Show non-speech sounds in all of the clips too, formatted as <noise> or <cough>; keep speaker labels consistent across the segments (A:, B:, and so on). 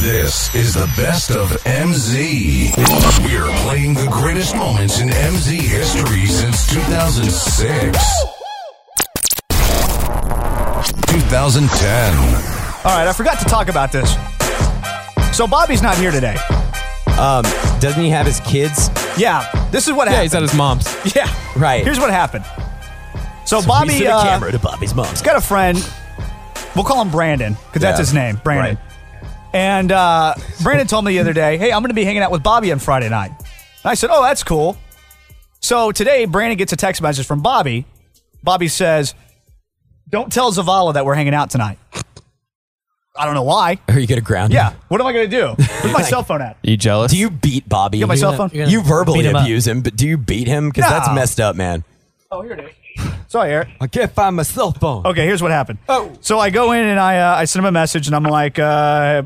A: This is the best of MZ. We are playing the greatest moments in MZ history since 2006, 2010.
B: All right, I forgot to talk about this. So Bobby's not here today.
C: Doesn't he have his kids?
B: Yeah, this is what
D: Yeah, he's at
B: happened.
D: his mom's.
B: yeah,
C: Right.
B: Here's what happened. So,
C: He
B: Bobby
C: sent
B: uh,
C: a camera to Bobby's mom's.
B: got a friend. We'll call him Brandon because that's
C: Yeah.
B: his name, Brandon. And uh, Brandon told me the other day, "Hey, I'm going to be hanging out with Bobby on Friday night." And I said, "Oh, that's cool." So today, Brandon gets a text message from Bobby. Bobby says, "Don't tell Zavala that we're hanging out tonight." I don't know why.
C: Are you gonna ground?
B: Yeah,
C: him?
B: what am I going to do? Where's my cell phone at?
D: You jealous?
C: Do you beat Bobby?
B: Get my
C: You
B: cell
C: gonna-
B: phone.
C: You verbally
E: beat him up.
C: abuse him, but do you beat him? Because that's
B: No.
C: messed up, man.
B: Oh, here it is. Sorry, Eric.
C: I can't find my cell phone.
B: Okay, here's what happened.
C: Oh.
B: So I go in and I uh, I send him a message and I'm like, uh,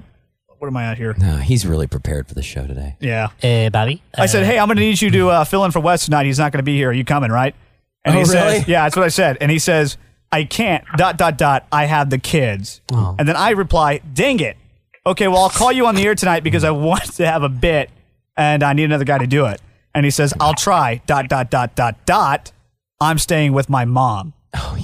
B: what am I at here?
C: No, Oh, he's really prepared for the show today.
B: Yeah.
E: Uh, Bobby.
B: I said, hey, I'm going to need you to uh, fill in for Wes tonight. He's not going to be here. Are you coming, right? And
C: Oh,
B: he says,
C: really?
B: yeah, that's what I said. And he says, I can't, dot, dot, dot. I have the kids. And then I reply, dang it. Okay, well, I'll call you on the air tonight because I want to have a bit and I need another guy to do it. And he says, I'll try, dot, dot, dot, dot, dot. I'm staying with my mom.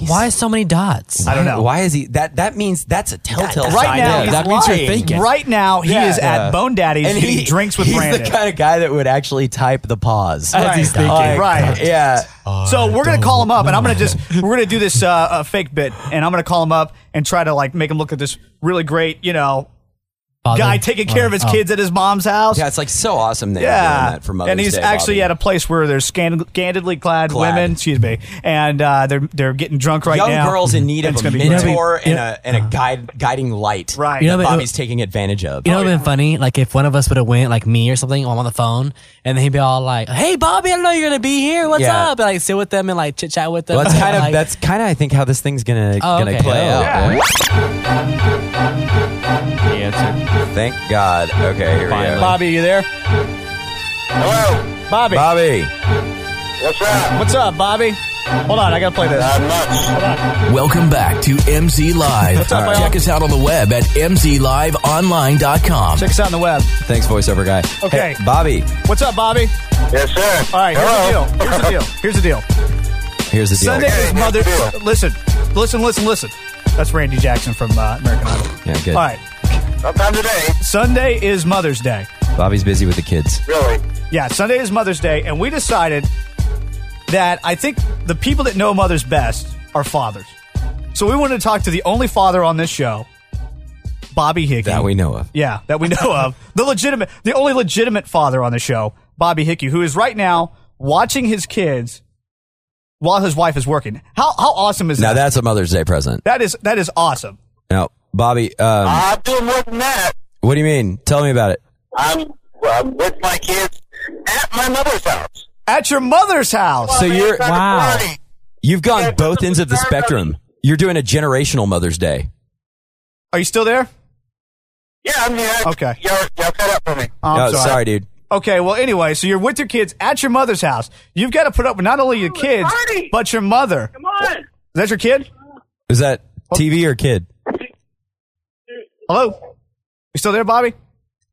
E: why so many dots?
B: I don't know.
C: Why is he that that means that's a telltale
B: Right
C: sign.
B: now,
C: that
B: he's
C: that
D: means you're
C: lying.
D: faking.
B: Right now, he
C: Yeah.
B: is at
C: Yeah.
B: Bone Daddy's
C: And
B: getting
C: he
B: drinks with
C: he's
B: Brandon.
C: the kind of guy that would actually type the pause.
D: As he's thinking.
C: Like, oh,
B: Right.
C: Yeah.
B: So we're gonna call him up, and I'm gonna just we're gonna do this uh, uh, fake bit, and I'm gonna call him up and try to like make him look at this really great, you know,
E: Father.
B: guy taking care of his
E: Oh.
B: kids at his mom's house.
C: Yeah, it's like so awesome that you're doing that for Mother's
B: and he's
C: Day,
B: actually
C: Bobby.
B: at a place where there's scand- scandalously clad,
C: Clad.
B: women, excuse me, and uh, they're they're getting drunk right
C: young
B: now.
C: girls in need
B: And
C: of
B: it's
C: a
B: gonna be great.
C: mentor
E: You
C: and
E: know-
C: a and a guide guiding light.
B: Right.
C: You
B: You
C: know,
B: know,
C: that
E: but-
C: Bobby's taking advantage of.
E: Oh. You know, it
B: Oh,
E: would have been funny, like if one of us would have went, like me or something, while I'm on the phone, and then he'd be all like, "Hey, Bobby, I didn't know you're gonna be here. What's
C: Yeah.
E: up?" And like sit with them and like chit chat with them.
C: Well,
E: <laughs>
C: that's kind of
E: Like,
C: that's kind of I think how this thing's gonna
E: Oh,
C: gonna
E: okay.
C: play
E: Oh,
B: yeah.
C: out.
D: He answered.
C: Thank God. Okay, here we
D: Finally.
C: go.
B: Bobby, you there?
F: Hello.
B: Bobby,
C: Bobby.
F: What's up?
B: what's up, Bobby? Hold on, I gotta play this.
F: I'm nuts.
G: Welcome back to MZ Live.
B: up, y'all?
G: Check us out on the web at mzliveonline.com.
B: Check us out on the web.
C: Thanks, voiceover guy.
B: Okay.
C: Hey, Bobby.
B: What's up, Bobby?
F: Yes, sir.
B: All right,
F: Hello.
B: here's the deal. Here's the deal. Here's the
F: <laughs>
B: deal.
C: Here's the deal.
B: Sunday is
F: Okay.
B: Mother.
F: Yeah.
B: Listen, listen, listen, listen. That's Randy Jackson from uh, American Idol.
C: Yeah, good.
B: All right,
F: Sometime today.
B: Sunday is Mother's Day.
C: Bobby's busy with the kids.
F: Really.
B: Yeah, Sunday is Mother's Day, and we decided that I think the people that know mothers best are fathers. So we wanted to talk to the only father on this show, Bobby Hickey.
C: That we know of.
B: Yeah, that we know
C: <laughs>
B: of. The legitimate, the only legitimate father on the show, Bobby Hickey, who is right now watching his kids while his wife is working. How how awesome is
C: Now
B: that?
C: that's a Mother's Day present.
B: That is that is awesome.
C: Now, Bobby,
B: Ah.
C: um,
F: I'm doing more than that.
C: what do you mean? Tell me about it.
F: I'm, I'm with my kids at my mother's house.
B: At your mother's house.
C: So you're
F: It's not a
C: wow.
F: party.
C: You've gone
F: Yeah,
C: both ends of the
F: it's not a
C: spectrum. You're doing a generational Mother's Day.
B: Are you still there?
F: Yeah, I'm here.
B: Okay.
F: Y'all, y'all cut up for me.
B: Oh, I'm
C: oh, sorry. dude.
B: Okay, well, anyway, so you're with your kids at your mother's house. You've got to put up with not only your kids,
F: party.
B: but your mother.
F: Come on.
B: Is that your kid?
C: Is that TV or kid?
B: Hello? You still there, Bobby?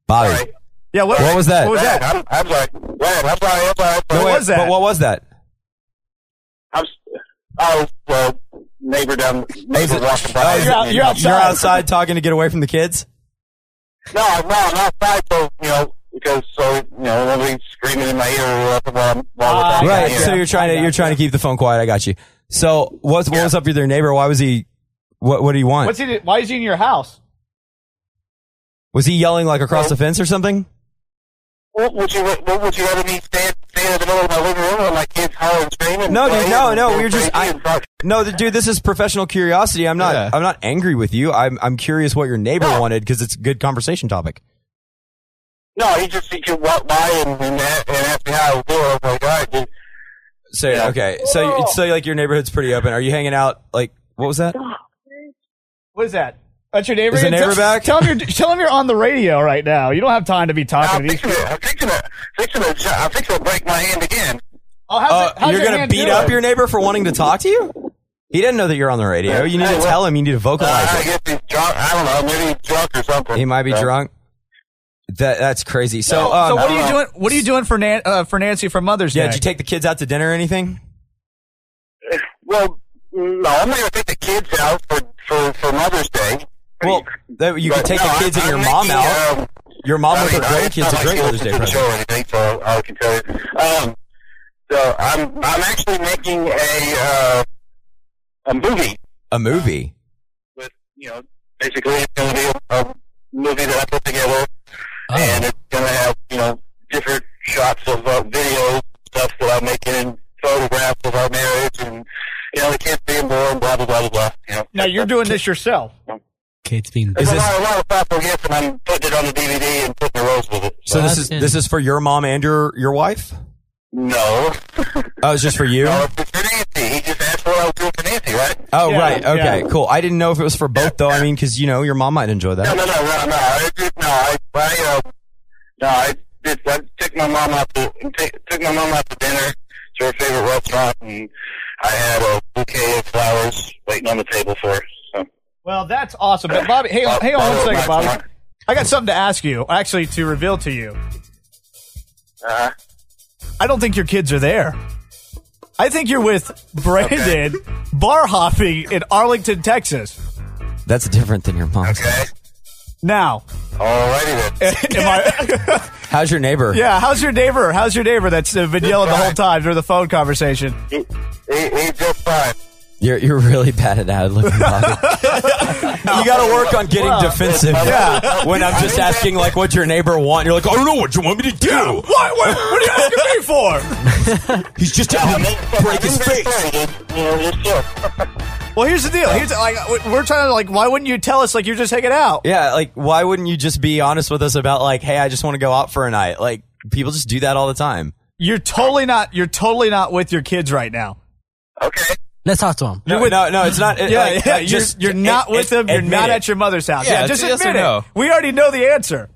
C: Bobby.
F: Sorry.
B: Yeah, what,
C: What was that?
B: What was
F: Dad,
B: that?
F: I'm, I'm sorry. Dad, I'm sorry. I'm sorry. I'm
C: No,
F: sorry.
C: wait,
B: was that?
C: But what was that?
F: I'm, s- oh, well, neighbor down,
C: Is
F: neighbor
C: it-
F: walking
C: oh,
F: by.
C: is it-
B: You're out- you're outside.
C: You're outside talking to get away from the kids?
F: No, I'm not. I'm outside, so, you know, because, so, you know, nobody's screaming in my ear or whatever while, I'm- while we're talking.
C: Right.
F: Yeah.
C: So you're trying to you're trying to keep the phone quiet. I got you. So what's what was up with your neighbor? Why was he? What What do you want?
B: What's he? do- Why is he in your house?
C: was he yelling like across the fence or something?
F: What would you What would you rather me stand stand in the middle of my living room while my kids holler and scream? And
C: No, dude,
F: play
C: no,
F: and
C: no,
F: do
C: we were just-
F: crazy and fuck?
C: No, th- dude. This is professional curiosity. I'm not.
D: Yeah.
C: I'm not angry with you. I'm. I'm curious what your neighbor wanted because it's a good conversation topic.
F: no. He just he could walk by and and, a- and ask me how I was doing. I was like, all right, dude.
C: So okay. So you- so like your neighborhood's pretty open. Are you hanging out? Like what was that?
B: What is that? That's your neighbor.
C: Is the neighbor
B: tell,
C: back?
B: Tell him you're tell him you're on the radio right now. You don't have time to be talking
F: I'm
B: to these.
F: fixing it. I'm fixing it. Fixing it. I'm fixing to break my hand again.
B: Oh, how's
C: Uh,
B: it, how's
C: you're
B: your
C: gonna
B: hand
C: beat
B: doing?
C: up your neighbor for wanting to talk to you? He didn't know that you're on the radio. You need
F: Hey,
C: to
F: well-
C: tell him. You need to vocalize
F: I
C: it.
F: guess he's drunk. I don't know. Maybe he's drunk or something.
C: Oh,
F: Uh,
C: He might be
F: So-
C: drunk. That that's crazy. So,
B: So,
C: um,
B: what are you
F: uh,
B: doing? What are you doing for Nan- uh, for Nancy for Mother's
C: yeah,
B: Day?
C: did you take the kids out to dinner or anything?
F: Well, no, I'm not gonna take the kids out for for, for Mother's Day.
C: Well, that, you
F: But
C: could take
F: no,
C: the kids
F: I'm-
C: and your mom
F: I'm thinking,
C: out.
F: um,
C: Your mom
F: I
C: with
F: mean,
C: her
F: I- it's
C: grandkids
F: not
C: is a
F: like
C: great
F: she
C: Mother's Day
F: listens to
C: present.
F: the show or anything, so I can tell you. Um, so I'm I'm actually making a uh, a movie
C: A movie.
F: with you know basically it's going to be a, a movie that I put together, and it's going to have you know different shots of uh, videos, stuff that I'm making, and photographs of our marriage, and you know the kids being born, blah blah blah blah. blah you know.
B: now you're doing
C: <laughs>
B: this yourself.
E: Kate's being.
C: Is
F: There's
C: this-
F: a lot, a lot of thoughtful gifts, and I'm putting it on the DVD and putting the rose with it.
C: So this
E: that's
C: is
E: good.
C: this is for your mom and your your wife.
F: No.
C: Oh, it's just for you.
F: <laughs> No, it's for Nancy. He just asked what I was doing for Nancy, right?
C: Oh,
B: Yeah,
C: right. Okay,
B: yeah.
C: cool. I didn't know if it was for both though. I mean, because you know your mom might enjoy
F: No,
C: that.
F: no, no, no, no. I just, no, I, I, uh, no, I, did, I took my mom out to take, took my mom out to dinner to her favorite restaurant, and I had a bouquet of flowers waiting on the table for her. So,
B: Well, that's awesome. But Bobby, hey,
C: Oh,
F: Uh,
B: hey, on one
F: Bobby,
B: second,
F: Bobby.
B: Bobby. I got something to ask you, actually, to reveal to you.
F: uh,
B: I don't think your kids are there. I think you're with Brandon bar hopping in Arlington, Texas.
C: That's different than your mom's.
F: okay.
C: <laughs>
B: Now,
F: Alrighty then.
B: am I,
C: How's your neighbor?
B: yeah, how's your neighbor? How's your neighbor that's uh, been yelling the whole time during the phone conversation?
F: He, he, he's just fine.
C: You're you're really bad at outlooking, Bobby.
B: <laughs>
C: you got to work on getting defensive.
B: Yeah.
C: When I'm just asking like what your neighbor want, you're like, I don't know what you want me to do.
B: What, what, what are you asking me for?
C: He's just
F: I'm
C: having
F: in-
C: to break
F: I'm
C: his
F: in great
C: face.
F: form, dude. You know, just chill.
B: <laughs> Well, here's the deal. Here's like we- we're trying to like. Why wouldn't you tell us like you're just hanging out?
C: Yeah, like why wouldn't you just be honest with us about like, hey, I just want to go out for a night? Like people just do that all the time.
B: You're totally not. You're totally not with your kids right now.
F: Okay.
E: Let's talk to him.
C: No, no, no, it's not. it-
B: Yeah,
C: like,
B: yeah.
C: like, just
B: you're, you're not
C: it-
B: with
C: it-
B: them. You're
C: admit
B: not
C: it.
B: at your mother's house.
D: Yeah,
B: Yeah,
D: it's
B: just
D: a yes
B: admit
D: or
B: it.
D: no.
B: We already know the answer.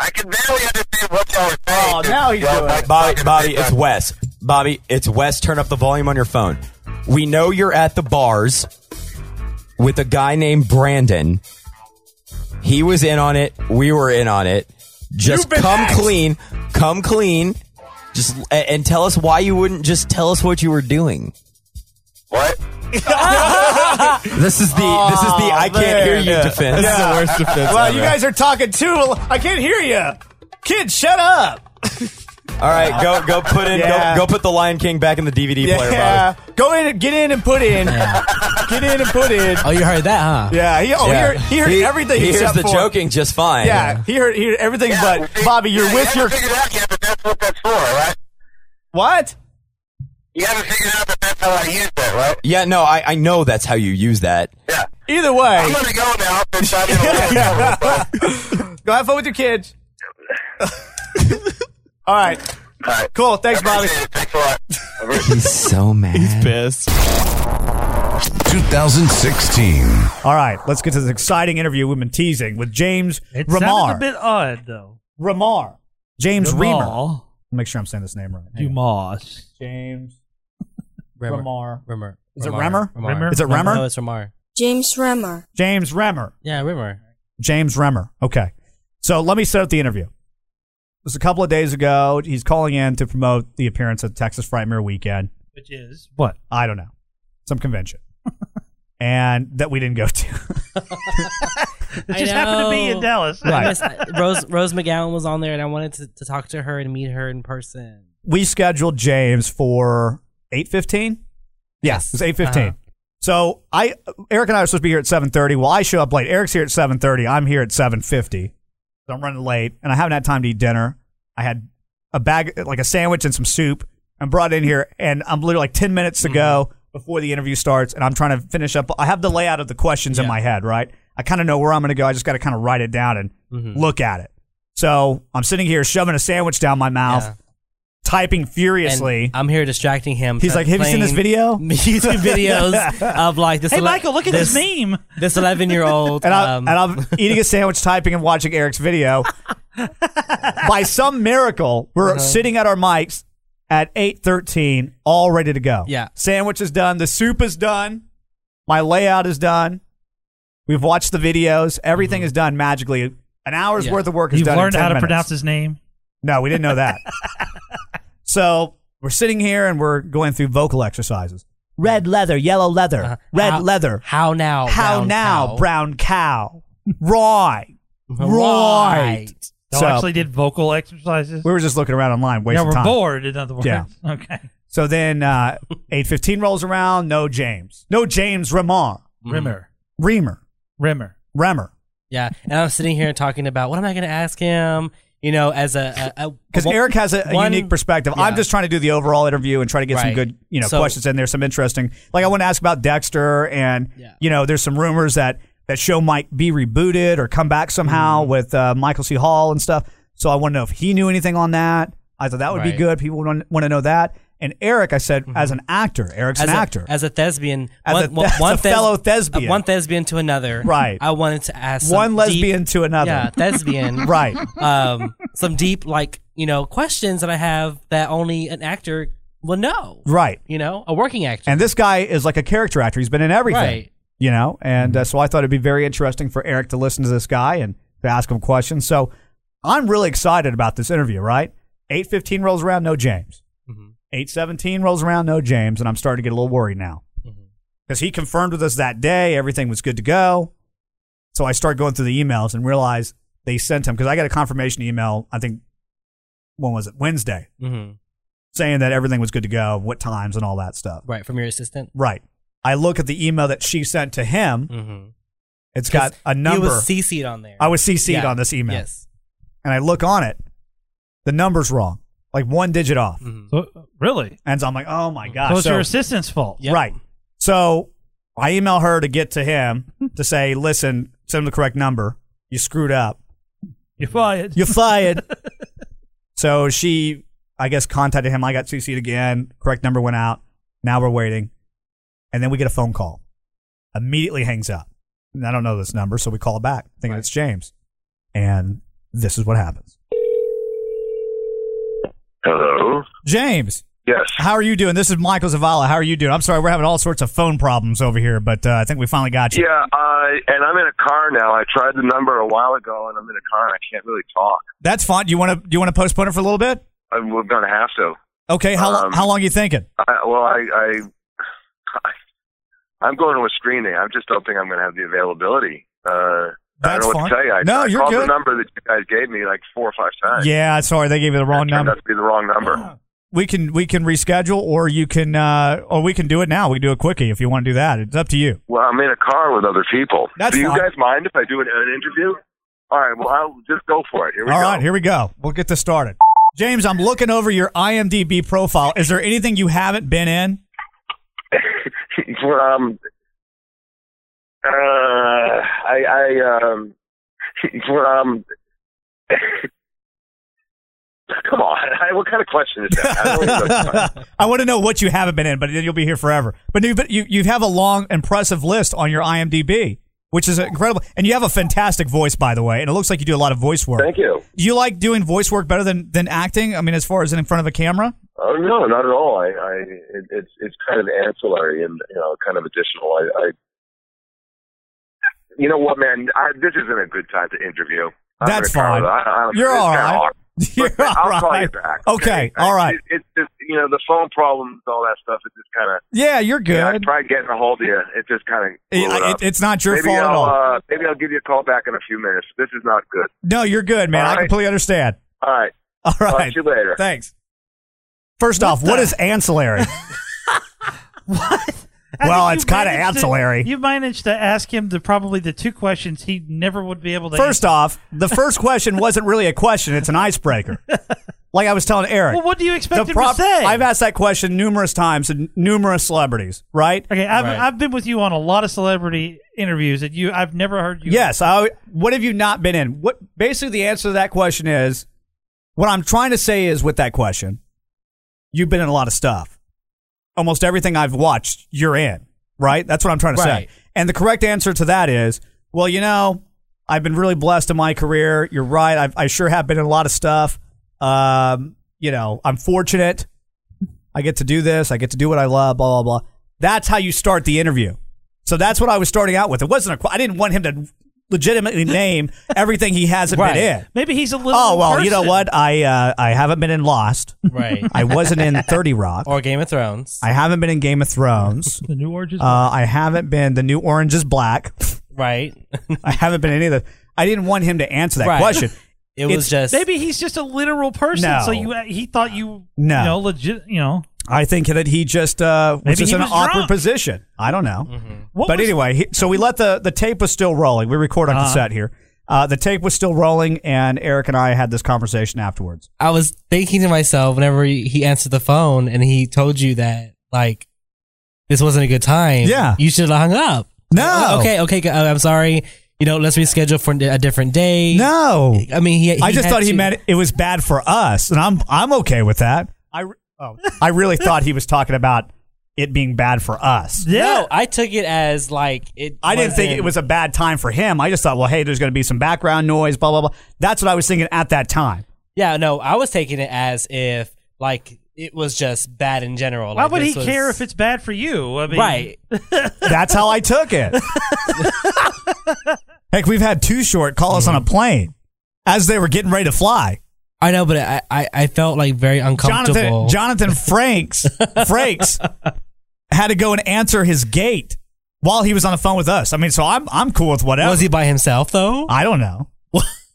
F: I can barely understand what y'all are saying.
B: Oh, now he's
F: Y'all
B: doing
F: like
B: it.
C: Bobby,
F: fucking
C: Bobby,
F: big
C: it's
F: time.
C: Wes. Bobby, it's Wes. Turn up the volume on your phone. We know you're at the bars with a guy named Brandon. He was in on it. We were in on it. Just
B: You've been
C: come
B: axed.
C: clean. Come clean. Just a- and tell us why you wouldn't just tell us what you were doing.
F: What?
C: This is the this is the I can't
B: man.
C: hear you defense.
D: That's the worst defense.
B: Wow,
D: ever.
B: you guys are talking too. I can't hear you. Kids, shut up.
C: All right, go go put in
B: Yeah.
C: go, go put the Lion King back in the DVD player.
B: Yeah,
C: Bobby.
B: go in. and Get in and put in. Get in and put in.
E: Oh, you heard that, huh?
B: Yeah, he, oh, he
C: Yeah.
B: heard, he heard everything.
C: He hears
B: except
C: the
B: for-
C: joking just fine.
B: Yeah, he heard, he heard everything.
F: Yeah,
B: but
F: see,
B: Bobby, you're
F: yeah,
B: with
F: you
B: your
F: haven't figured out yet, but that's what that's for, right?
B: what?
F: You haven't figured out that that's how I use that, right?
C: Yeah, no, I, I know that's how you use that.
F: Yeah.
B: Either way,
F: I'm gonna go now since
B: <laughs>
F: I'm in the
B: Yeah.
C: <laughs>
B: go have fun with your kids. All right,
F: All right.
B: cool. Thanks, Bobby.
F: Appreciate it. Thanks a lot.
C: <laughs> He's so mad.
D: pissed.
A: 2016.
B: All right, let's get to this exciting interview we've been teasing with James
H: It sounded
B: Ramar.
H: a bit odd though.
B: Ramar. James Reamer.
H: Ramal
B: Make sure I'm saying this name right. Hang on.
H: Dumas.
B: James
E: Remmer.
B: Ramar.
E: Remmer.
B: Is it Remmer?
H: Remmer?
B: Is it Remmer?
E: No, it's Remar.
I: James Remmer.
B: James Remmer.
E: Yeah, Remmer.
B: James Remmer. Okay. So let me set up the interview. It was a couple of days ago. He's calling in to promote the appearance at Texas Frightmare Weekend.
H: Which is what?
B: I don't know. Some convention. <laughs> and that we didn't go to. <laughs>
H: It just happened to be in Dallas.
B: Right.
E: I miss- I- Rose Rose McGowan was on there, and I wanted to, to talk to her and meet her in person.
B: we scheduled James for 8:15. Yes, it's 8:15.
E: Uh-huh.
B: So I Eric and I are supposed to be here at 7:30. Well, I show up late. Eric's here at 7:30. I'm here at 7:50. So I'm running late and I haven't had time to eat dinner. I had a bag like a sandwich and some soup and brought in here and I'm literally like 10 minutes to
H: Mm-hmm.
B: go before the interview starts and I'm trying to finish up I have the layout of the questions in
E: Yeah.
B: my head, right? I kind of know where I'm going to go. I just got to kind of write it down and
H: Mm-hmm.
B: look at it. So, I'm sitting here shoving a sandwich down my mouth
E: Yeah.
B: typing
E: And
B: furiously.
E: I'm here distracting him.
B: He's like, "Have you seen this
E: playing
B: video?"
E: <laughs> YouTube
B: <laughs>
E: videos of like this.
H: Hey,
E: ele-
H: Michael, look at this, meme.
E: This 11 year old.
B: and, I,
E: um,
B: and
E: <laughs>
B: I'm eating a sandwich, typing, and watching Eric's video. By some miracle,
E: Uh-huh.
B: we're sitting at our mics at eight thirteen, all ready to go.
E: Yeah.
B: sandwich is done, the soup is done. My layout is done. We've watched the videos. Everything is done magically. An hour's
E: Mm-hmm. Yeah.
B: worth of work is
H: You've
B: done. in
H: learned
B: 10
H: how to
B: minutes.
H: pronounce his name.
B: No, we didn't know
H: <laughs>
B: that. so we're sitting here and we're going through vocal exercises. Red leather, yellow leather,
E: Uh,
B: red
E: how-
B: leather.
E: How
H: Oh,
E: now?
B: How
E: brown
B: now,
E: cow?
B: brown cow?
H: <laughs>
B: right. Right.
E: Right.
H: Y'all
B: So
H: actually did vocal exercises.
B: we were just looking around online,
H: yeah,
B: wasting
H: we're
B: time.
H: bored. In other
B: <laughs>
H: words,
B: Yeah.
H: <laughs> okay.
B: So then uh, 815 rolls around. No James. No James Ramon.
H: Rimmer,
B: Reamer.
H: Rimmer.
B: Remmer.
E: Yeah, and I'm sitting here talking about what am I going to ask him? You know, as a
B: Because Eric has a, a
E: one-
B: unique perspective. I'm
E: yeah.
B: just trying to do the overall interview and try to get some
E: Right.
B: good, you know,
E: So-
B: questions in there, some interesting. Like I want to ask about Dexter, and
E: Yeah.
B: you know, there's some rumors that that show might be rebooted or come back
E: Mm.
B: somehow with uh, Michael C. Hall and stuff. So I want to know if he knew anything on that. I thought that would be
E: Right. Mm-hmm.
B: good. People would want to know that. And Eric, I said, as an actor, Eric's
E: as
B: an
E: a,
B: actor.
E: as a thespian,
B: As
E: one,
B: a- <laughs>
E: one-
B: as
E: one
B: a
E: thes-
B: fellow thespian.
E: uh, one thespian to another.
B: Right.
E: I wanted to ask some
B: One lesbian
E: deep-
B: to another. <laughs>
E: Yeah, thespian.
B: Right.
E: Um, some deep like you know questions that I have that only an actor will know.
B: Right.
E: You know, a working actor.
B: And this guy is like a character actor. He's been in everything.
E: Right.
B: You know, and uh, so I thought it'd be very interesting for Eric to listen to this guy and to ask him questions. So I'm really excited about this interview, right? 815 rolls around, no James. 817 rolls around, no James. And I'm starting to get a little worried now because he confirmed with us that day everything was good to go. So I start going through the emails and realize they sent him because I got a confirmation email, I think, when was it? Wednesday,
E: hmm
B: saying that everything was good to go, what times and all that stuff.
E: Right from your assistant.
B: Right. I look at the email that she sent to him.
E: Mm-hmm.
B: It's got a number.
E: He was CC'd on there.
B: I was CC'd
E: Yeah.
B: on this email.
E: Yes.
B: And I look on it. The number's wrong, like one digit off.
E: Mm.
H: So, really?
B: And so I'm like, oh my
H: so
B: gosh.
H: it's your assistant's fault.
E: Yep.
B: Right. So I email her to get to him to say, listen, send him the correct number. You screwed up.
H: You're fired.
B: You're fired. <laughs> so she, I guess, contacted him. I got CC'd again. Correct number went out. Now we're waiting. And then we get a phone call. Immediately hangs up. And I don't know this number, so we call back thinking it's James. And this is what happens.
F: Hello.
B: James,
F: Yes.
B: how are you doing? This is Michael Zavala. How are you doing? I'm sorry, we're having all sorts of phone problems over here, but uh, I think we finally got you.
F: Yeah, uh, and I'm in a car now. I tried the number a while ago, and I'm in a car, and I can't really talk.
B: That's fine. Do you want to do you want to postpone it for a little bit?
F: I, we're going to have to.
B: Okay. How
F: Um,
B: how long are you thinking?
F: I, well, I, I, I, I'm going to a screening. I just don't think I'm going to have the availability. Uh, I don't
B: That's
F: know
B: fine.
F: what to tell you. I,
B: No,
F: I
B: you're
F: called
B: good.
F: the number that you guys gave me like four or five times.
B: Yeah, sorry, they gave you the
F: It
B: wrong
F: turned
B: number.
F: out to be the wrong number.
B: we can we can reschedule or you can uh or we can do it now we can do a quickie if you want to do that it's up to you
F: Well, I'm in a car with other people.
B: That's
F: do you
B: fine.
F: guys mind if I do an, an interview? All right. Well, I'll just go for it. Here we
B: all
F: go.
B: right here we go we'll get this started james i'm looking over your imdb profile is there anything you haven't been in
F: <laughs> um, uh, I, I, um, <laughs> um, <laughs> come on. <laughs> I, what kind of question is that? I don't even know.
B: <laughs> i want to know what you haven't been in but you'll be here forever but you you, you have a long impressive list on your imdb which is incredible and you have a fantastic voice by the way and it looks like you do a lot of voice work
F: Thank you.
B: Do you like doing voice work better than than acting i mean as far as in front of a camera
F: Oh no, not at all. I, I it, it's it's kind of ancillary and you know kind of additional. I, I you know what, man? I, this isn't a good time to interview. I'm
B: That's fine.
F: gonna call it. I, I,
B: You're
F: it's
B: all
F: kinda
B: right.
F: hard.
B: <laughs> You're
F: But I'll
B: all
F: call you
B: right.
F: back.
B: Okay, all right.
F: It, it's just you know the phone problems, all that stuff. It's just kind of
B: Yeah, you're good.
F: you know, I tried getting a hold of you. It just kind of
B: It- it- it's not your
F: maybe
B: fault at
F: I'll
B: all.
F: Uh, maybe I'll give you a call back in a few minutes. This is not good.
B: no, you're good, man.
F: All
B: I
F: right.
B: completely understand. <laughs>
F: All right,
B: All
F: talk
B: right.
F: to you later.
B: Thanks. First off, what is
F: <laughs>
B: ancillary?
H: What?
B: Well,
H: I think
B: it's kinda
H: you managed to-
B: ancillary.
H: you managed to ask him the probably the two questions he never would be able to.
B: first off, the first question wasn't really a question, it's an
F: <laughs>
B: icebreaker. Like I was telling Eric.
H: answer. well, what do you expect
B: the
H: him
B: prop-
H: to say?
B: I've asked that question numerous times and numerous celebrities, right?
H: okay, I've,
E: Right.
H: I've been with you on a lot of celebrity interviews that you I've never heard you.
B: Yes. I, what have you not been in? What basically the answer to that question is what I'm trying to say is with that question, you've been in a lot of stuff. Almost everything I've watched, you're in, right? That's what I'm trying to
E: Right.
B: say. And the correct answer to that is, well, you know, I've been really blessed in my career. You're right. I've, I sure have been in a lot of stuff. Um, you know, I'm fortunate. I get to do this. I get to do what I love, blah, blah, blah. That's how you start the interview. So that's what I was starting out with. It wasn't a. qu- I didn't want him to
H: <laughs>
B: legitimately name everything he hasn't
C: Right.
B: been in.
H: Maybe he's a little.
B: Oh well, you know
H: person.
B: what? I uh, I haven't been in Lost. <laughs>
E: Right.
B: I wasn't
H: <laughs>
B: in Thirty Rock.
E: or Game of Thrones.
B: I haven't been in Game of Thrones.
H: The new oranges.
B: Uh, I haven't been The New Orange is Black. <laughs>
E: right.
B: I haven't been any of the. I didn't want him to answer that
E: Right.
B: question.
E: It was
B: It's-
E: just
H: Maybe he's just a literal person.
B: No.
H: So you, uh, he thought you,
B: No.
H: you know, legit. You know,
B: I think that he just uh, was
H: Maybe
B: just
H: he
B: in an
H: was
B: awkward
H: drunk.
B: position. I don't know.
H: What
B: but
H: was-
B: anyway, he, so we let the the tape was still rolling. We record on cassette here. Uh, the tape was still rolling, and Eric and I had this conversation afterwards.
E: I was thinking to myself whenever he he answered the phone and he told you that like this wasn't a good time.
B: Yeah.
E: you should have hung up.
B: No.
E: okay, okay. uh, I'm sorry. You know, let's reschedule for a different day.
B: No,
E: I mean he. he
B: I just
E: had
B: thought he
E: to-
B: meant it was bad for us, and I'm I'm okay with that. I re- oh, <laughs> I really thought he was talking about it being bad for us.
E: No, I took it as like it.
B: I didn't think
E: wasn't-
B: it was a bad time for him. I just thought, well, hey, there's going to be some background noise, blah blah blah. That's what I was thinking at that time.
E: Yeah, no, I was taking it as if like it was just bad in general.
H: why
E: Like,
H: would
E: this
H: he
E: was-
H: care if it's bad for you? I mean,
E: right?
B: That's how I took it. Heck, we've had two short call us on
E: Mm-hmm.
B: a plane as they were getting ready to fly.
E: I know, but I, I, I felt like very uncomfortable.
B: Jonathan Jonathan
E: <laughs>
B: Franks Franks had to go and answer his gate while he was on the phone with us. I mean, so I'm I'm cool with whatever. Ah,
E: was he by himself though?
B: I don't know.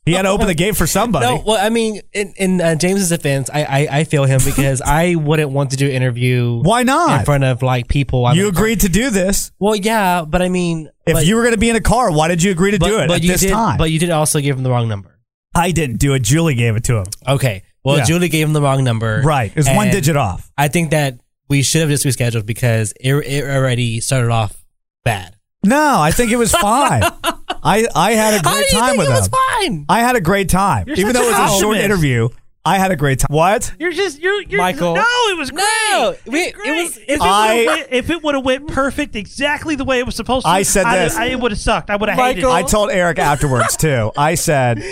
B: He had to open the gate for somebody.
E: No, well, I mean, in, in uh, James's defense, I, I, I feel him because I wouldn't want to do an interview.
B: Why not?
E: in front of like people? I'm
B: you
E: like,
B: agreed to do this.
E: Well, yeah, but I mean,
B: If
E: but,
B: you were going to be in a car, why did you agree to
E: but,
B: do it
E: but
B: at
E: you
B: this
E: did,
B: time?
E: but you did also give him the wrong number.
B: I didn't do it. Julie gave it to him.
E: Okay, well,
B: Yeah.
E: Julie gave him the wrong number.
B: Right. It was one
E: and
B: digit off.
E: I think that we should have just rescheduled because it, it already started off bad.
B: No, I think it was fine. I, I had a
E: How
B: great
E: do you
B: time
E: think
B: with
E: it
B: him.
E: was fine?
B: I had a great time.
H: You're
B: Even
H: such
B: though it
H: an
B: was a short
H: optimist.
B: interview, I had a great time. What?
H: You're just you're, you're
E: Michael.
H: No, it was great.
E: No, we- it
H: great.
E: was-
H: If it,
B: I-
H: would've went- if it would have went perfect, exactly the way it was supposed to,
B: I said
H: I'd-
B: this.
H: I, would have sucked. I would have hated.
E: Michael.
B: I
H: it.
B: told Eric afterwards too. I said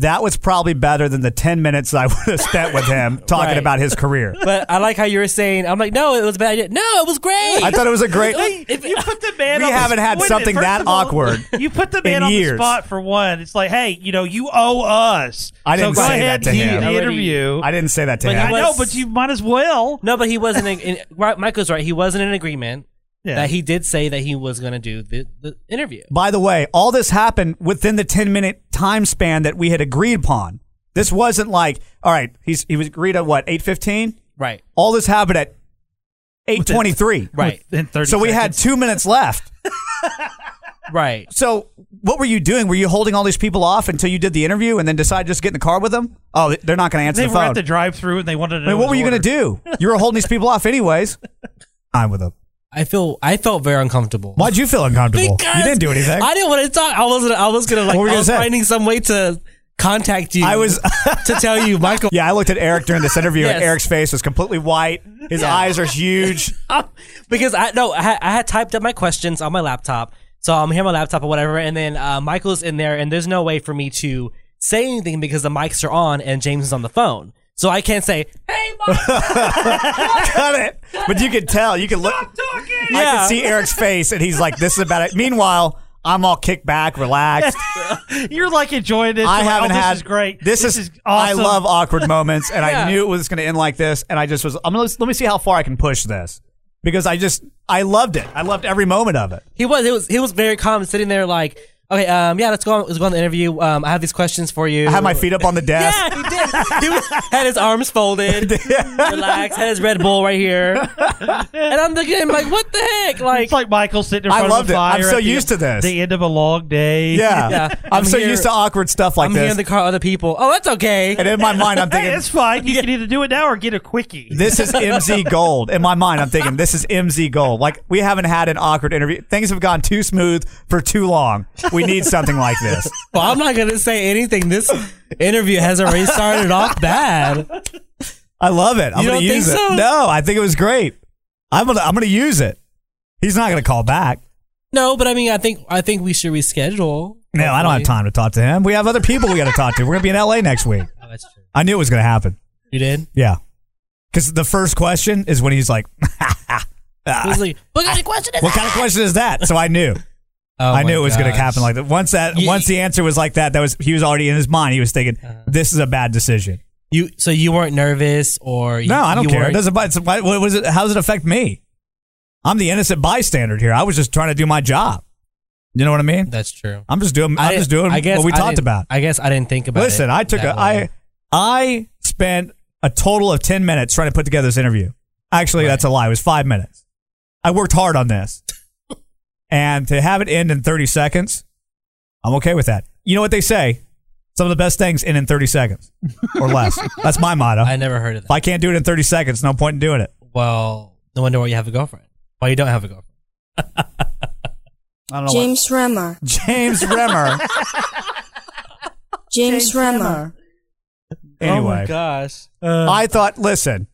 B: that was probably better than the ten minutes I <laughs> would have spent with him talking
E: Right.
B: about his career.
E: but I like how you were saying. I'm like, no, it was a bad. idea. No, it was great.
B: I thought it was a great.
H: If you put the man,
B: We
H: on the
B: haven't had
H: wait a
B: something
H: first
B: that
H: of all,
B: awkward
H: You put the
B: in
H: man on
B: years.
H: the spot for one. It's like, hey, you know, you owe us.
B: I didn't
H: so go
B: say
H: ahead
B: that to
H: and do
B: him.
H: The
E: Already-
H: interview.
B: I didn't say that to
E: But he
H: I
B: him.
E: was-
H: know, but you might as well.
E: No, but he wasn't. In, in, right, Michael's right. He wasn't in agreement
H: Yeah.
E: that he did say that he was going to do the, the interview.
B: By the way, all this happened within the ten minute time span that we had agreed upon. This wasn't like, all right, he's he was agreed at what eight fifteen.
E: Right.
B: All this happened at eight twenty three.
E: Right.
H: In 30
B: So we had
H: seconds.
B: two minutes left.
E: Right.
B: So, what were you doing? Were you holding all these people off until you did the interview and then decided just to get in the car with them? Oh, they're not going to answer
H: They
B: the
H: were
B: phone.
H: at the drive-through and they wanted to.
B: I mean, what were you going to do? You were holding these people off anyways. I'm with them.
E: I feel. I felt very uncomfortable.
B: Why'd you feel uncomfortable?
E: Because
B: you didn't do anything.
E: I didn't want to talk. I wasn't. I was gonna like.
B: What were you
E: I
B: gonna
E: was
B: say?
E: finding some way to contact you.
B: I was-
E: to
B: <laughs>
E: tell you, Michael.
B: yeah, I looked at Eric during this interview, and
E: Yes.
B: Eric's face was completely white. His
E: Yeah.
B: eyes are
H: <laughs>
B: huge.
E: <laughs> because I no, I had, I had typed up my questions on my laptop, so I'm here on my laptop or whatever, and then uh, Michael's in there, and there's no way for me to say anything because the mics are on and James is on the phone, so I can't say, "Hey, Michael,
B: Cut it. But you could tell. You could look. I
E: Yeah.
B: could see Eric's face, and he's like, "This is about it." Meanwhile, I'm all kicked back, relaxed.
H: You're like enjoying it.
B: I
H: You're like,
B: haven't
H: oh,
B: had.
H: This is great.
B: This, is,
H: awesome.
B: I love awkward moments, and I knew it was going to end like this, and I just was. I'm gonna, let me see how far I can push this because I just I loved it. I loved every moment of it.
E: He was. He was. He was very calm, sitting there like, okay, um, yeah, let's go on. Let's go on the interview. Um, I have these questions for you.
B: I had my feet up on the desk.
E: <laughs> Yeah, he did. he was, had his
B: <laughs>
E: arms folded, relaxed. Had his Red Bull right here, and I'm looking. at him like, what the heck? Like,
H: It's like Michael sitting in
B: I
H: front of
B: loved it.
H: the fire.
B: I'm so
H: at the-
B: used to this.
H: The end of a long day.
B: Yeah,
E: Yeah.
B: I'm,
E: I'm
B: so
E: here-
B: used to awkward stuff like
E: I'm here
B: this,
E: in the car. with Other people. Oh, that's okay.
B: and in my mind, I'm
H: Hey,
B: thinking.
H: it's <laughs> fine. You can either do it now or get a quickie.
B: This is MZ Gold. In my mind, I'm thinking this is MZ Gold. Like we haven't had an awkward interview. Things have gone too smooth for too long. We need something like this.
E: Well, I'm not gonna say anything. This interview has already started off bad.
B: I love it. I'm
E: You
B: gonna
E: don't think
B: use it.
E: so?
B: No, I think it was great. I'm gonna I'm gonna use it. He's not gonna call back.
E: No, but I mean, I think I think we should reschedule.
B: No, I don't have
E: Hopefully.
B: time to talk to him. We have other people we gotta talk to. We're gonna be in LA next week.
E: Oh, that's true.
B: I knew it was gonna happen.
E: You did.
B: <laughs> Yeah. Cause the first question is when he's like
E: It was like, what kind of question
B: <laughs>
E: is
B: What kind of question is that? So I knew.
J: Oh my
B: I knew it was going to
J: gosh.
B: happen like that. Once that,
E: You-
B: once the answer was like that, that was he was already in his mind. He was thinking, "This is a bad decision."
E: You so you weren't nervous or you,
B: No, I don't
E: you
B: care. It
E: weren't-
B: doesn't. It's, why- what was it? How does it affect me? I'm the innocent bystander here. I was just trying to do my job. You know what I mean?
J: That's true.
B: I'm just doing. I'm
E: didn't-
B: just doing what we
E: I
B: talked
E: didn't-
B: about.
E: I guess I didn't think about it.
B: Listen, I took
J: that
B: a. I
J: way.
B: I spent a total of ten minutes trying to put together this interview. Actually, that's a lie. It was five minutes. I worked hard on
E: <laughs>
B: this, and to have it end in thirty seconds, I'm okay with that. You know what they say? Some of the best things end in thirty seconds or
E: <laughs>
B: less. that's my motto.
E: I never heard of
B: if
E: that.
B: I can't do it in thirty seconds, no point in doing
H: <laughs>
B: it.
E: Well, no wonder why you have a girlfriend. Why you don't have a girlfriend.
B: I don't know. what-
K: James Remmer.
B: James Remmer.
K: James Remmer.
B: <laughs>
H: Oh,
B: anyway,
E: gosh.
B: I thought. Listen,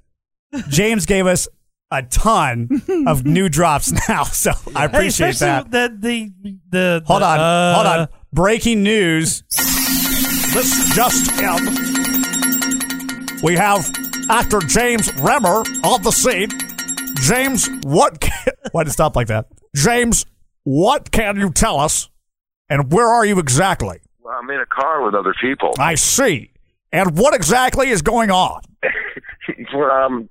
B: James gave us a ton
H: <laughs>
B: of new drops now, <laughs> so I
H: Hey,
B: appreciate
H: especially
B: that.
H: The, the, the, the,
B: Hold on,
H: uh,
B: hold on. Breaking news. This just in. We have actor James Remmer on the scene. James, what? Can, <laughs> why did it stop like that? James, what can you tell us? And where are you exactly?
F: Well, I'm in a car with other people. <laughs>
B: I see. And what exactly is going on?
F: um,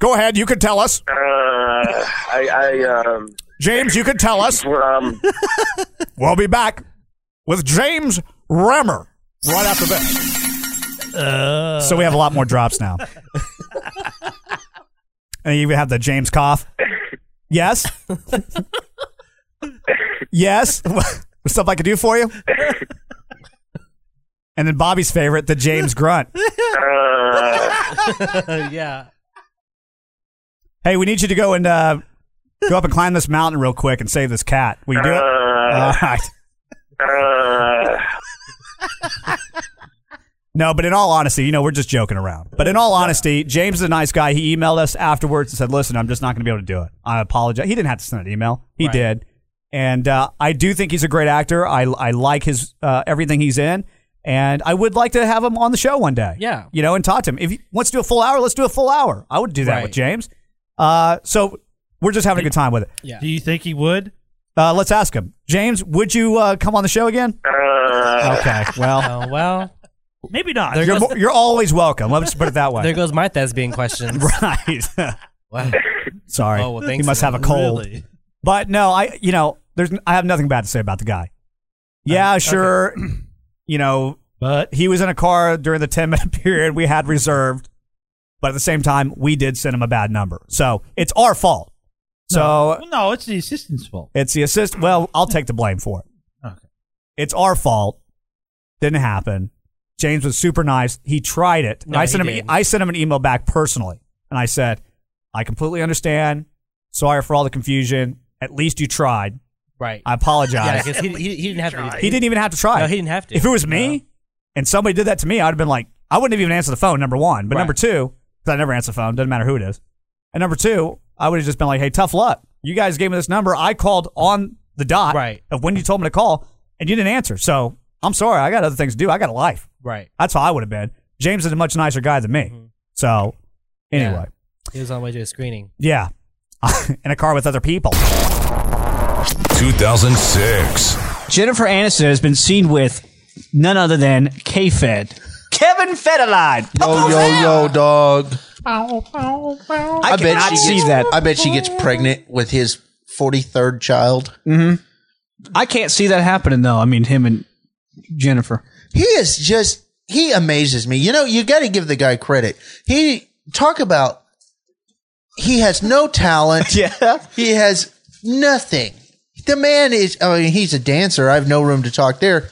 B: Go ahead, you can tell us.
F: uh, I, I, um,
B: James, you can tell us.
F: um,
B: We'll be back with James Remmer right after this. so we have a lot more drops now. and you have the James cough. Yes. yes. Stuff I could do for you. And then Bobby's favorite, the James grunt.
F: uh,
E: yeah.
B: Hey, we need you to go and uh, go up and climb this mountain real quick and save this cat. Will you do it? All right.
F: uh,
B: No, but in all honesty, you know, we're just joking around. But in all honesty, James is a nice guy. He emailed us afterwards and said, listen, I'm just not going to be able to do it. I apologize. He didn't have to send an email. He did. And uh, I do think he's a great actor. I, I like his uh, everything he's in. And I would like to have him on the show one day.
E: Yeah.
B: You know, and talk to him. If he wants to do a full hour, let's do a full hour. I would do that with
E: Right.
B: James. Uh, so we're just having a good time with it.
E: Yeah.
H: Do you think he would?
B: Uh, let's ask him. James, would you uh, come on the show again?
F: uh,
B: Okay.
E: <laughs>
B: Well,
E: Oh,
B: <laughs>
E: well,
H: Maybe not.
B: you're, mo- you're always welcome. Let's put it that way.
E: there goes my thespian questions.
B: <laughs> Right.
E: <laughs> Wow.
B: Sorry.
E: Oh, well,
B: he
E: thanks
B: must
E: for
B: have a
E: that.
B: cold.
H: Really?
B: But no, I you know, there's I have nothing bad to say about the guy. Yeah, sure. <clears throat> You know,
H: But
B: he was in a car during the 10 minute <laughs> period we had reserved, but at the same time, we did send him a bad number. So, it's our fault. So,
H: well, no, it's the assistant's fault.
B: it's the assist. Well, I'll take the blame for it.
H: Okay.
B: It's our fault. Didn't happen. James was super nice. He tried it. And
E: No,
B: I sent him.
E: he
B: e-
E: did.
B: I sent him an email back personally, and I said, "I completely understand. Sorry for all the confusion. At least you tried.
E: Right.
B: I
E: yeah,
B: apologize.
E: because he, he, he didn't have to.
B: he didn't even have to try.
E: No, he didn't have to.
B: If it was me,
E: No.
B: and somebody did that to me, I'd have been like, I wouldn't have even answered the phone. Number one, but number
E: Right.
B: two, because I never answer the phone. Doesn't matter who it is. And number two, I would have just been like, Hey, tough luck. You guys gave me this number. I called on the dot
E: Right.
B: of when you told me to call, and you didn't answer. So I'm sorry. I got other things to do. I got a life.
E: Right.
B: That's how I would have been. James is a much nicer guy than me.
E: Mm-hmm.
B: So anyway,
E: He was on the way to a screening.
B: yeah. <laughs> In a car with other people.
A: 2006.
L: Jennifer Aniston has been seen with none other than K-Fed. Kevin Federline.
M: Yo, yo, yo, dog.
L: I, cannot see
M: gets,
L: that.
M: I bet she gets pregnant with his 43rd child.
L: I can't see that happening though. I mean, him and Jennifer.
M: He is just, he amazes me. You know, you got to give the guy credit. He, talk about, he has no
L: <laughs>
M: talent.
L: Yeah.
M: He has nothing. The man is, I mean, he's a dancer. I have no room to talk there.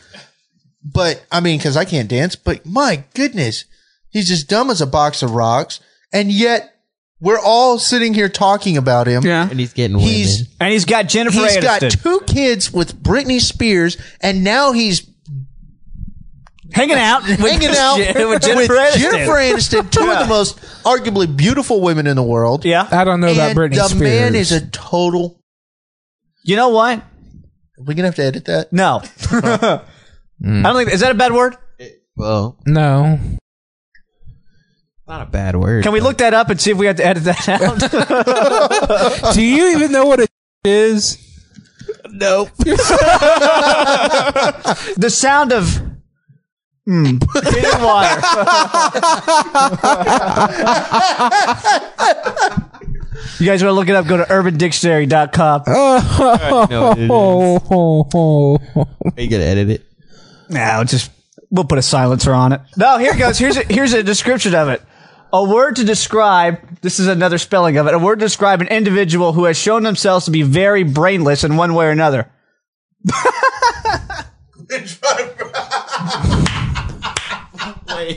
M: But, I mean, because I can't dance, but my goodness, he's as dumb as a box of rocks. And yet, we're all sitting here talking about him.
L: Yeah.
J: And he's getting women.
M: He's
L: And he's got Jennifer
M: He's got
L: Aniston
M: two kids with Britney Spears, and now he's
L: hanging out, with,
M: <laughs> hanging out
L: with Jennifer
M: with
L: Aniston.
M: Jennifer Aniston, two of the most arguably beautiful women in the world.
L: Yeah.
J: I don't know about
M: and
J: Britney
M: the
J: Spears.
M: man is a total.
L: You know what?
M: We're gonna have to edit that.
B: <laughs>
L: No. I don't think is that a bad word.
M: Well,
J: no.
I: Not a bad word.
B: Can we look that up and see if we have to edit that out?
I: <laughs> Do you even know what a is?
B: <laughs>
I: Nope.
B: the sound of mm, hitting water. <laughs> you guys want to look it up? Go to urbandictionary.com.
I: oh, Are you gonna edit it?
B: Now, just we'll put a silencer on it. No, here it goes. Here's a, here's a description of it. A word to describe. This is another spelling of it. A word to describe an individual who has shown themselves to be very brainless in one way or another.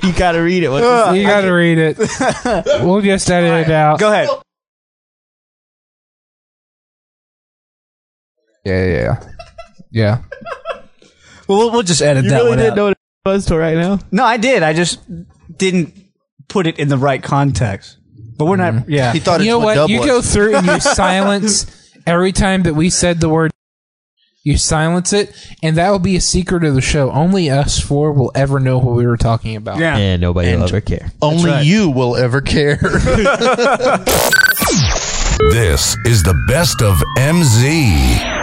I: You gotta read it. What
K: You gotta read it. We'll just edit it out.
B: Go ahead.
K: Yeah, yeah, yeah.
B: <laughs> Well, we'll, we'll just edit
I: you
B: that
I: really
B: one
I: didn't
B: out.
I: know what it was till right now.
B: No, I did. I just didn't put it in the right context. But we're not.
K: Mm-hmm.
B: Yeah.
M: He thought
K: You
M: it's
K: know
M: what
K: what?
M: dub
K: You
M: was.
K: go through and you silence every time that we said the word. You silence it, and that will be a secret of the show. Only us four will ever know what we were talking about.
B: <laughs> Yeah.
I: And nobody will ever care.
M: Only you will ever care.
A: This is the best of MZ.